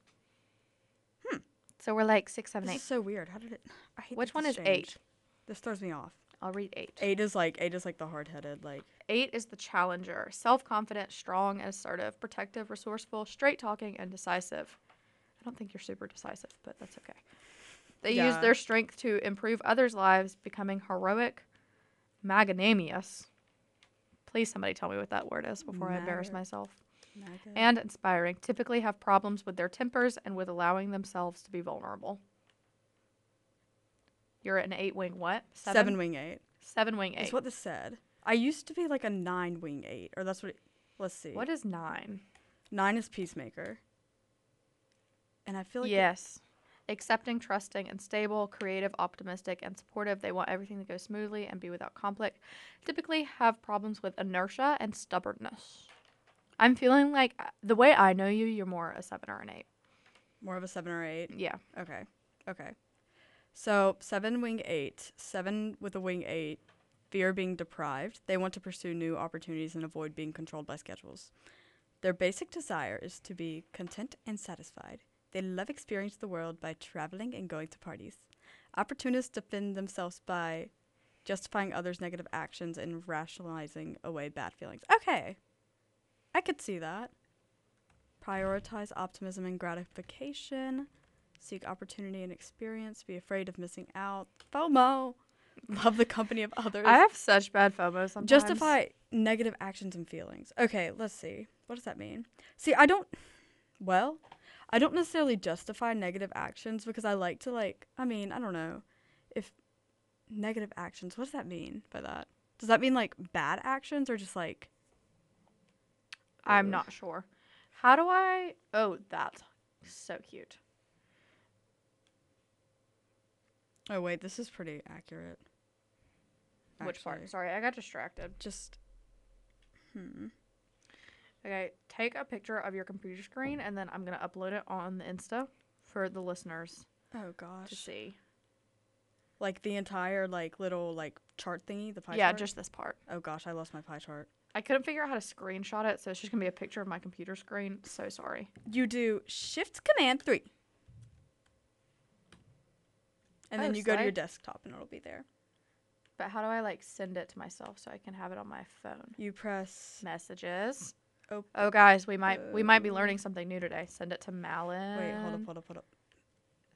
B: Hmm. So we're like six, seven,
A: this is
B: eight.
A: so weird. How did it? I hate. that
B: Which one
A: this
B: is eight?
A: changed. This throws me off.
B: I'll read eight.
A: Eight is like eight is like the hard headed like.
B: Eight is the challenger, self confident, strong, and assertive, protective, resourceful, straight talking, and decisive. I don't think you're super decisive, but that's okay. They use
A: Yeah.
B: their strength to improve others' lives, becoming heroic, magnanimous. Please, somebody tell me what that word is before I embarrass
A: Mag-
B: myself.
A: Maga-
B: And inspiring, typically have problems with their tempers and with allowing themselves to be vulnerable. You're an eight wing what?
A: Seven wing eight.
B: Seven wing eight.
A: That's what this said. I used to be like a nine wing eight, or that's what. It, let's see.
B: what is nine?
A: nine is peacemaker. And I feel like it-
B: yes. Accepting, trusting, and stable, creative, optimistic, and supportive. They want everything to go smoothly and be without conflict. Typically have problems with inertia and stubbornness. I'm feeling like uh, the way I know you, you're more a seven or an eight.
A: more of a seven or eight.
B: Yeah.
A: Okay, okay. So seven wing eight, seven with a wing eight. Fear being deprived. They want to pursue new opportunities and avoid being controlled by schedules. Their basic desire is to be content and satisfied. They love experiencing the world by traveling and going to parties. Opportunists defend themselves by justifying others' negative actions and rationalizing away bad feelings. Okay. I could see that. Prioritize optimism and gratification. Seek opportunity and experience. Be afraid of missing out. FOMO. Love the company of others.
B: I have such bad FOMO sometimes.
A: Justify negative actions and feelings. Okay, let's see. What does that mean? See, I don't. Well, I don't necessarily justify negative actions because I like to, like, I mean, I don't know. If negative actions, what does that mean by that? Does that mean, like, bad actions or just, like,
B: I'm not sure. How do I? Oh, that's so cute.
A: oh, wait, this is pretty accurate.
B: Which
A: actually.
B: part? Sorry, I got distracted.
A: Just. hmm.
B: Okay, take a picture of your computer screen and then I'm going to upload it on the Insta for the listeners
A: Oh,
B: to
A: gosh.
B: see.
A: Like, the entire, like, little, like, chart thingy, the pie
B: yeah,
A: chart?
B: just this part.
A: Oh, gosh, I lost my pie chart.
B: I couldn't figure out how to screenshot it, so it's just gonna be a picture of my computer screen. So sorry.
A: you do shift command three. And
B: Oh,
A: then you go to your
B: slide.
A: desktop and it'll be there.
B: But how do I like send it to myself so I can have it on my phone?
A: You press
B: Messages.
A: Oh.
B: Oh guys, we might we might be learning something new today. Send it to Malin.
A: wait, hold up, hold up, hold up.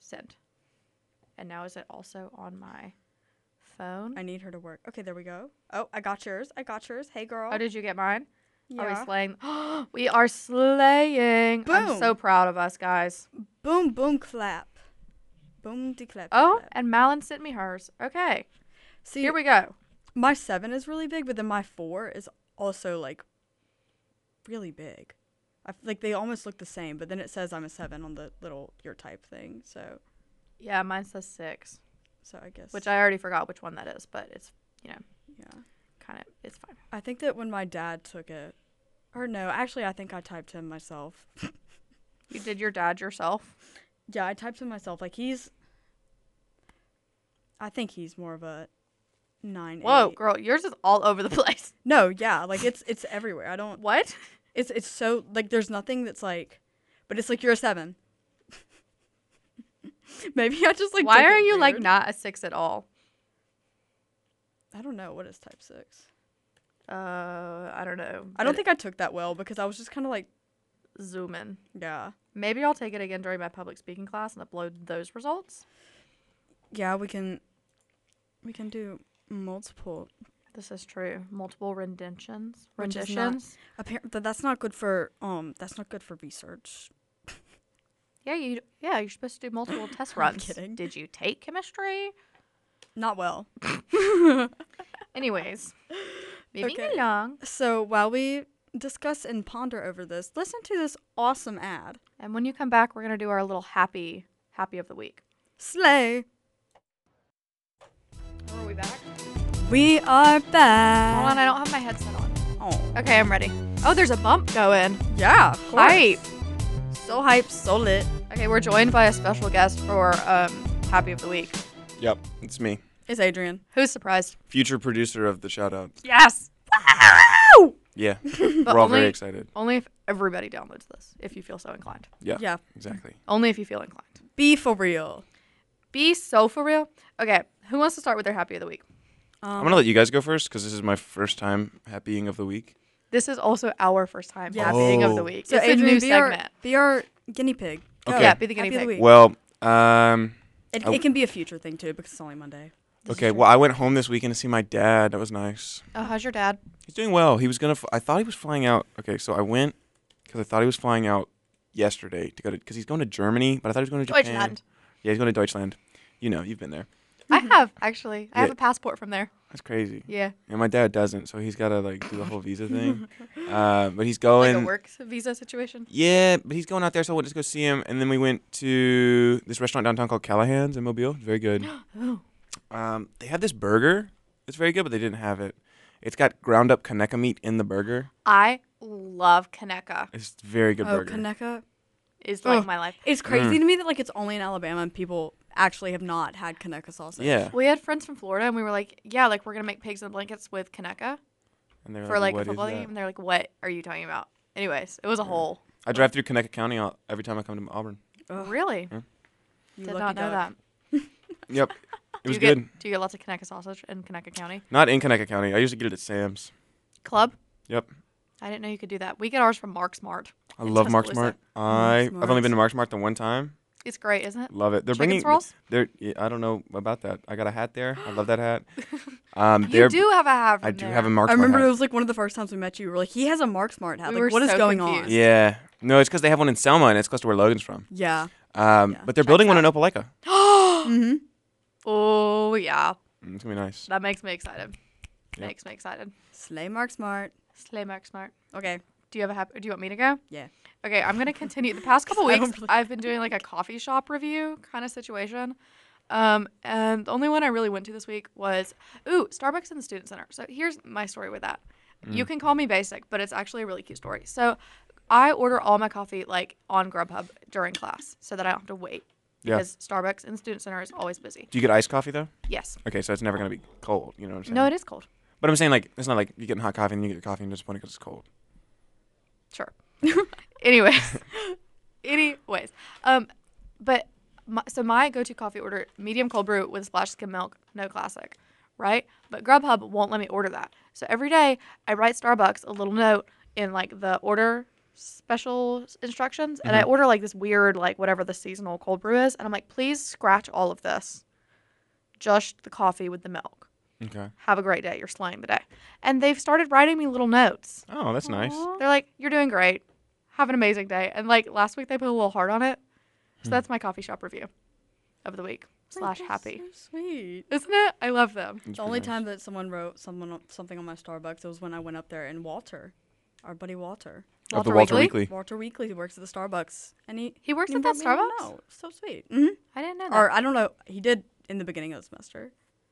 B: Send. And now is it also on my phone?
A: I need her to work. Okay, there we go. Oh, I got yours. I got yours. Hey girl.
B: Oh, did you get mine? Are we
A: yeah.
B: slaying? we are slaying. I'm so
A: Boom.
B: proud of us, guys.
A: boom boom clap. Boom de clap. de
B: Oh,
A: clap.
B: and Malin sent me hers. Okay,
A: see
B: here we go.
A: my seven is really big, but then my four is also like really big. I f- like they almost look the same, but then it says I'm a seven on the little your type thing. So
B: Yeah, mine says six,
A: so I guess
B: which I already forgot which one that is, but it's
A: yeah.
B: kind of it's fine.
A: I think that when my dad took it, Or no, actually, I think I typed him myself.
B: You did your dad yourself.
A: Yeah, I typed him myself. Like he's. I think he's more of a nine.
B: Whoa,
A: eight.
B: girl, yours is all over the place.
A: No, yeah, like it's it's everywhere. I don't.
B: What?
A: It's it's so like there's nothing that's like, but it's like you're a seven. Maybe I just like.
B: Why
A: took
B: are
A: it
B: you like
A: weird.
B: not a six at all?
A: I don't know what is type six.
B: Uh, I don't know.
A: I don't
B: But
A: think I took that well because I was just kind of like,
B: zoom in.
A: yeah,
B: Maybe I'll take it again during my public speaking class and upload those results.
A: yeah, we can, we can do multiple.
B: This is true. Multiple renditions.
A: Which is not-
B: Renditions.
A: Apparently, that's not good for um, that's not good for research.
B: Yeah, you. Yeah, you're supposed to do multiple test
A: I'm
B: runs.
A: kidding.
B: Did you take chemistry?
A: Not well.
B: Anyways, moving
A: Okay.
B: along,
A: So while we discuss and ponder over this, listen to this awesome ad.
B: and when you come back, we're gonna do our little happy happy of the week.
A: Slay.
B: Are we back?
A: We are
B: Hold on,
A: back.
B: I don't have my headset on.
A: Oh,
B: Okay, I'm ready. Oh, there's a bump going.
A: yeah. of course.
B: Hype.
A: So hype, so lit.
B: Okay, we're joined by a special guest for um, happy of the week.
C: Yep, it's me,
A: It's Adrian.
B: Who's surprised?
C: future producer of the shout out.
B: Yes.
C: Yeah,
B: But
C: we're all
B: only,
C: very excited.
B: only if everybody downloads this, if you feel so inclined.
C: Yeah,
A: Yeah.
C: exactly.
B: Only if you feel inclined.
A: Be for real.
B: Be so for real. Okay, who wants to start with their happy of the week?
A: Um,
C: I'm gonna let you guys go first because this is my first time happying of the week.
B: This is also our first time
A: Yes.
B: happying of the
C: Oh.
B: week.
A: so
B: it's
A: Adrian,
B: a new
A: be
B: segment.
A: Our, be our guinea pig. Go.
C: Okay.
B: Yeah, be the guinea
A: Happy of
B: pig.
A: week.
C: Well, um,
A: It,
C: I-
A: it can be a future thing too because it's only Monday.
B: This is
C: okay.
B: true.
C: Well, I went home this weekend to see my dad. That was nice.
B: Oh, how's your dad?
C: He's doing well. He was gonna. F- I thought he was flying out. Okay, so I went because I thought he was flying out yesterday to go to because he's going to Germany, but I thought he was going to Japan.
B: Deutschland.
C: Yeah, he's going to Deutschland. You know, you've been there.
B: I have actually. I have
C: Yeah.
B: a passport from there.
C: That's crazy.
B: Yeah,
C: And my dad doesn't, so he's got to like do the whole visa thing. Uh, but he's going.
B: like a work visa situation.
C: Yeah, but he's going out there, so we'll just go see him. And then we went to this restaurant downtown called Callahan's in Mobile. Very good.
B: Oh,
C: Um, they have this burger. It's very good, but they didn't have it. It's got ground up Kaneka meat in the burger.
B: I love Kaneka.
C: It's a very good
A: oh,
C: burger.
A: Kaneka.
B: Is like
A: Ugh.
B: my life.
C: Mm.
A: It's crazy to me that like it's only in Alabama and people actually have not had Kaneka sausage.
C: yeah.
B: We had friends from Florida, and we were like, "Yeah, like we're gonna make pigs in blankets with Kaneka
C: And they're
B: for like a
C: "What is
B: football
C: that?"
B: game," and they're like, "What are you talking about?" Anyways, it was a whole.
C: I drive through Kaneka County all, every time I come to Auburn.
A: Ugh.
B: Really?
A: You
B: Did
A: lucky
B: not know
A: duck.
B: that.
C: Yep. It was
B: do you
C: good.
B: Get, do you get lots of Kaneka sausage in Kaneka County
C: Not in Kaneka County. I usually get it at Sam's.
B: Club?
C: Yep.
B: I didn't know you could do that. We get ours from Mark's Mart.
C: I
B: In
C: love Mark's
B: Tuscaloosa.
C: Mart. I
A: Mark's
C: I've only been to
A: Mart.
C: Mark's Mart the one time.
B: It's great, isn't it?
C: Love it. They're
B: Chicken
C: bringing
B: swirls?
C: They're, yeah, I don't know about that. I got a hat there. I love that hat. Um,
B: You
C: they're-
B: do have a have.
C: I
B: from
C: do
B: there.
C: have a Mark
A: I
C: Smart
A: remember it
C: hat.
A: was like one of the first times we met you. You were like, he has a Mark Smart hat.
B: We were
A: like, what is
B: so
A: going on?
B: confused.
C: Yeah. No, it's because they have one in Selma and it's close to where Logan's from.
A: Yeah.
C: Um,
A: Yeah.
C: But they're building one in Opelika.
A: Mm-hmm.
B: Oh yeah,
C: Mm, It's going to be nice.
B: that makes me excited.
C: Yep.
B: Makes me excited.
A: Slay Mark Smart.
B: Slay Mark Smart.
A: Okay.
B: Do you have a happy? Do you want me to go?
A: Yeah.
B: Okay, I'm gonna continue. The past couple
A: I
B: weeks,
A: don't really-
B: I've been doing like a coffee shop review kind of situation, um, and the only one I really went to this week was ooh Starbucks in the student center. So here's my story with that.
A: Mm.
B: You can call me basic, but it's actually a really cute story. So I order all my coffee like on Grubhub during class, so that I don't have to wait
C: Yeah.
B: because Starbucks in the student center is always busy.
C: Do you get iced coffee, though?
B: Yes.
C: Okay, so it's never going to be cold. You know what I'm saying?
B: No, it is cold.
C: But I'm saying, like, it's not like you're getting hot coffee and then you get your coffee and you're disappointed because it's cold.
B: Sure. anyways, anyways, um, but my, so my go-to coffee order: medium cold brew with a splash of skim milk, no classic, right? But Grubhub won't let me order that. So every day I write Starbucks a little note in like the order special s- instructions, and I order like this weird like whatever the seasonal cold brew is, and I'm like, please scratch all of this, just the coffee with the milk.
C: Okay.
B: Have a great day. You're slaying the day. And they've started writing me little notes.
C: Oh, that's nice.
B: They're like, "You're doing great. Have an amazing day." And like last week, they put a little heart on it.
C: Hmm.
B: So that's my coffee shop review of the week slash happy,
A: So sweet.
B: isn't it? I love them.
C: It's
A: The only
C: pretty nice.
A: time that someone wrote someone on- something on my Starbucks it was when I went up there and Walter, our buddy Walter,
C: Of the Walter Weekly.
A: Walter Weekly works at the Starbucks, and he
B: He works
A: he
B: at that
A: wrote me a little
B: Starbucks? Mm-hmm.
A: note. So sweet. hmm
B: I didn't know that.
A: Or I don't know. He did in the beginning of the semester,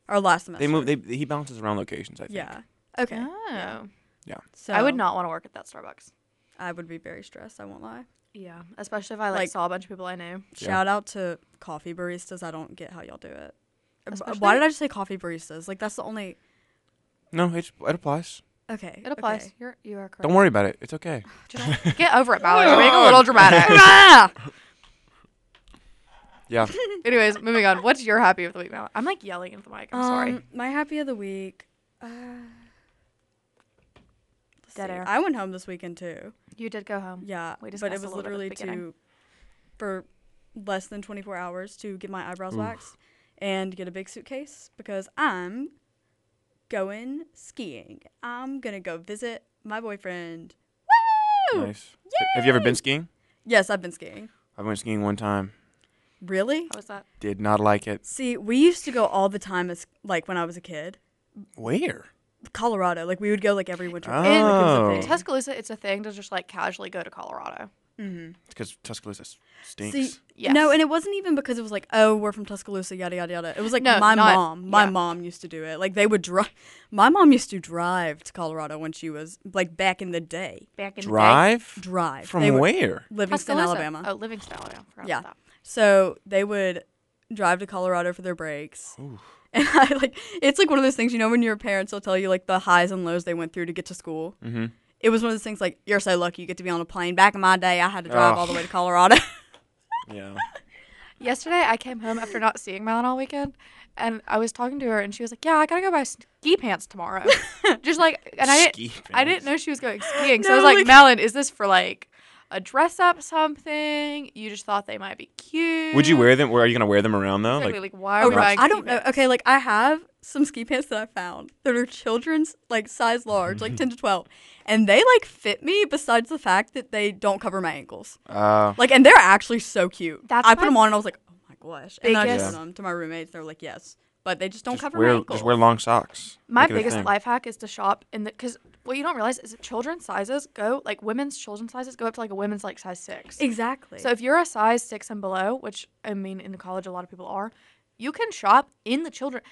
A: or last semester.
C: They move. They, he bounces around locations. I think.
A: Yeah. Okay.
B: oh,
A: Yeah. So
B: I would not want to work at that Starbucks.
A: I would be very stressed. I won't lie.
B: Yeah, especially if I like,
A: Like-
B: saw a bunch of people I knew.
C: Yeah.
A: Shout out to coffee baristas. I don't get how y'all do it. Uh, B- Why
B: Especially-
A: did I just say coffee baristas? Like that's the only.
C: No, it, it applies.
A: Okay.
B: It applies.
A: okay.
B: You're you are correct.
C: Don't worry about it. It's okay.
B: Janelle, Get over it, Ballard. You're being a little dramatic.
A: Ah!
C: Yeah.
B: Anyways, moving on. What's your happy of the week, Mel? I'm like yelling into the mic. I'm sorry.
A: Um, my happy of the week. Uh, let's
B: Dead
A: see.
B: air.
A: I went home this weekend too.
B: You did go home.
A: Yeah,
B: We
A: but
B: discussed
A: it
B: a
A: was
B: little bit at the
A: literally
B: beginning.
A: to for less than 24 hours to get my eyebrows
C: Oof.
A: waxed and get a big suitcase because I'm going skiing. I'm gonna go visit my boyfriend. Woo!
C: nice. Have you ever been skiing?
A: Yes, I've been skiing.
C: I went skiing one time.
A: Really?
B: How was that?
C: Did not like it.
A: See, we used to go all the time as like when I was a kid.
C: Where?
A: Colorado, like we would go like every winter.
C: Oh.
A: break,
C: Oh.
A: Like,
B: In
A: it was a thing.
B: Tuscaloosa, it's a thing to just like casually go to Colorado.
C: Because Tuscaloosa s- stinks.
A: See,
B: Yes.
A: no, and it wasn't even because it was like, oh, we're from Tuscaloosa, yada yada yada. It was like
B: No,
A: my
B: not-
A: mom, my
B: yeah.
A: mom used to do it. Like they would drive. My mom used to drive to Colorado when she was like back in the day.
B: Back in
C: Drive?
A: Drive
C: From
A: They would-
C: where?
A: Livingston,
B: Tuscaloosa.
A: Alabama.
B: Oh, Livingston, Alabama. Forgot
A: Yeah.
B: About that.
A: So they would drive to Colorado for their breaks.
C: Oof.
A: And I like it's like one of those things you know when your parents will tell you like the highs and lows they went through to get to school.
C: Mm-hmm.
A: It was one of those things like you're so lucky you get to be on a plane. Back in my day, I had to drive
C: Ugh.
A: all the way to Colorado.
C: Yeah.
B: Yesterday, I came home after not seeing Melon all weekend, and I was talking to her, and she was like, "Yeah, I gotta go buy ski pants tomorrow." just like, and I didn't,
C: Ski
B: I didn't
C: pants.
B: know she was going skiing, so I
A: No,
B: was like,
A: like-
B: "Melon, is this for like a dress up something? You just thought they might be cute."
C: Would you wear them? Were you gonna wear them around though?
B: Exactly,
C: Like,
B: like, why are
A: Oh,
B: we
A: right.
B: buying
A: I
B: ski
A: don't know.
B: pants?
A: Okay, like I have some ski pants that I found that are children's like size large, like 10 to 12, and they like fit me besides the fact that they don't cover my ankles.
C: uh,
A: Like and they're actually so cute.
B: That's
A: I put
B: my
A: them on and I was like, "Oh my gosh." And then I
B: biggest-
A: showed them to my roommates. They were like, "Yes." But they just don't
C: just
A: cover
C: wear
A: my ankles.
C: just wear long socks.
B: My
C: Make it a
B: biggest
C: thing.
B: life hack is to shop in the because what you don't realize is that children's sizes go like women's children's sizes go up to like a women's like size six.
A: Exactly.
B: So if you're a size six and below, which I mean in college a lot of people are, you can shop in the children.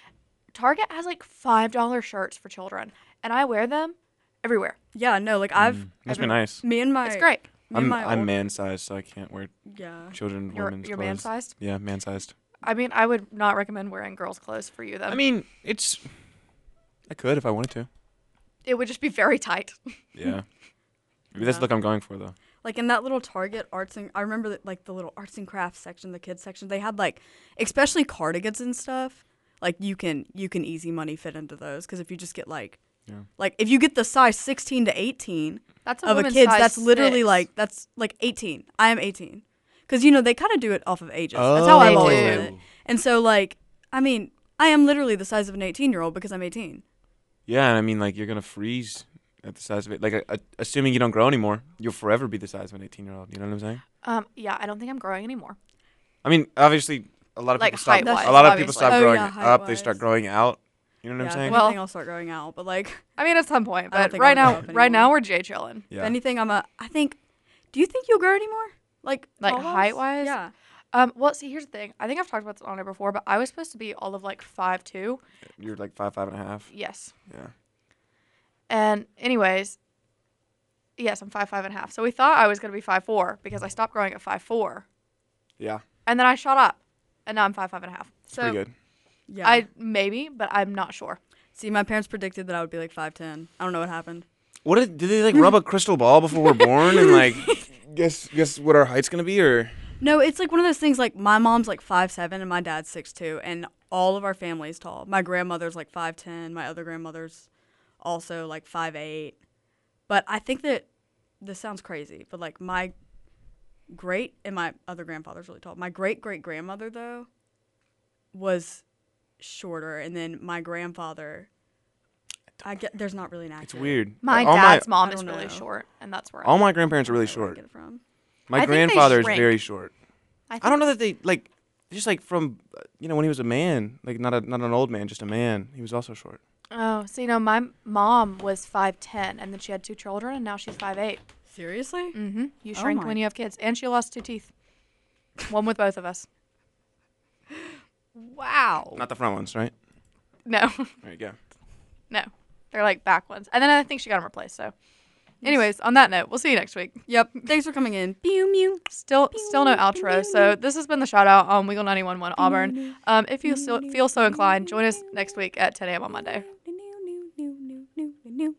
B: Target has like five dollar shirts for children, and I wear them everywhere.
A: yeah, no, like I've
C: Must
A: I've-
C: be nice.
A: Me and my
B: It's great.
A: Me and
C: I'm
A: my
C: I'm
A: old-
C: man sized, so I can't wear
A: yeah.
C: children
B: You're,
C: women's
B: you're
C: clothes.
B: man sized.
C: Yeah, man sized.
B: I mean, I would not recommend wearing girls' clothes for you though.
C: I mean, it's. I could if I wanted to.
B: it would just be very tight.
C: Yeah. Maybe that's
A: Yeah.
C: the look I'm going for though.
A: Like in that little Target arts and I remember that like the little arts and crafts section, the kids section, they had like especially cardigans and stuff. Like you can you can easy money fit into those because if you just get like
C: Yeah.
A: like if you get the size 16 to 18
B: That's a
A: of a
B: woman's
A: kid,
B: size
A: that's literally
B: six.
A: like that's like 18. I am 18 because you know they kind of do it off of ages. that's how I've
B: Oh.
A: always
B: They
A: done it.
C: do.
A: And so like I mean I am literally the size of an 18 year old because I'm 18.
C: Yeah, and I mean, like you're gonna freeze at the size of it. Like, a, a, assuming you don't grow anymore, you'll forever be the size of an 18 year old. You know what I'm saying?
B: Um, yeah, I don't think I'm growing anymore.
C: I mean, obviously, a lot of
B: Like,
C: people stop.
B: height-wise,
C: a lot of people
B: obviously.
C: stop
A: Oh,
C: growing
A: yeah,
C: up. They
A: height-wise.
C: start growing out. You know what
A: yeah,
C: I'm
A: if
C: saying?
B: Well-
A: anything, I'll start growing out, but like
B: I mean, at some point,
A: I don't
B: but
A: think
B: right
A: I'll grow
B: now,
A: up
B: right now
A: anymore.
B: we're J chilling.
A: If anything, I'm a. I think. Do you think you'll grow anymore? Like
B: Like,
A: tall-wise?
B: height-wise?
A: Yeah.
B: Um, well, see, here's the thing. I think I've talked about this on here before, but I was supposed to be all of like five two.
C: You're like five, five and a half.
B: Yes.
C: Yeah.
B: And anyways, yes, I'm five five and a half. So we thought I was gonna be five four because I stopped growing at five four,
C: Yeah.
B: and then I shot up, and now I'm five five and a half. So
C: Pretty good.
A: Yeah.
B: I maybe, but I'm not sure.
A: see. My parents predicted that I would be like five ten. I don't know what happened.
C: What did, did they like rub a crystal ball before we're born and like guess guess what our height's gonna be or
A: No, it's like one of those things. Like my mom's like five seven and my dad's six two, and all of our family's tall. My grandmother's like five ten. My other grandmother's also like five eight. But I think that this sounds crazy, but like my great and my other grandfather's really tall. My great great grandmother though was shorter, and then my grandfather. I get there's not really an
C: it's
A: accurate.
C: weird.
B: My
C: Like, all
B: dad's
C: my
B: mom
A: I
B: is
A: don't
B: really
A: know.
B: short, and that's where
C: all
B: I'm,
C: my grandparents are really
A: I don't know where I
C: short.
A: get it from.
B: I
C: My
B: think they
C: grandfather is
B: shrink.
C: very short.
B: think
C: I don't know that they like just like from uh, you know when he was a man like not a not an old man just a man he was also short.
B: Oh, so you know, my mom was five ten, and then she had two children, and now she's five eight.
A: Seriously?
B: Mm-hmm. You
A: Oh
B: shrink
A: my-
B: when you have kids, and she lost two teeth, one with both of us. Wow.
C: Not the front ones, right?
B: no,
C: There you go.
B: no. They're like back ones. And then I think she got them replaced. So, anyways, on that note, we'll see you next week.
A: Yep. Thanks for coming in. Pew mew.
B: Still, still no outro. So this has been the shout out on Wiggle 91 Auburn. Um, if you still feel so inclined, join us next week at 10 a.m. on Monday.
A: New, new, new, new, new, new.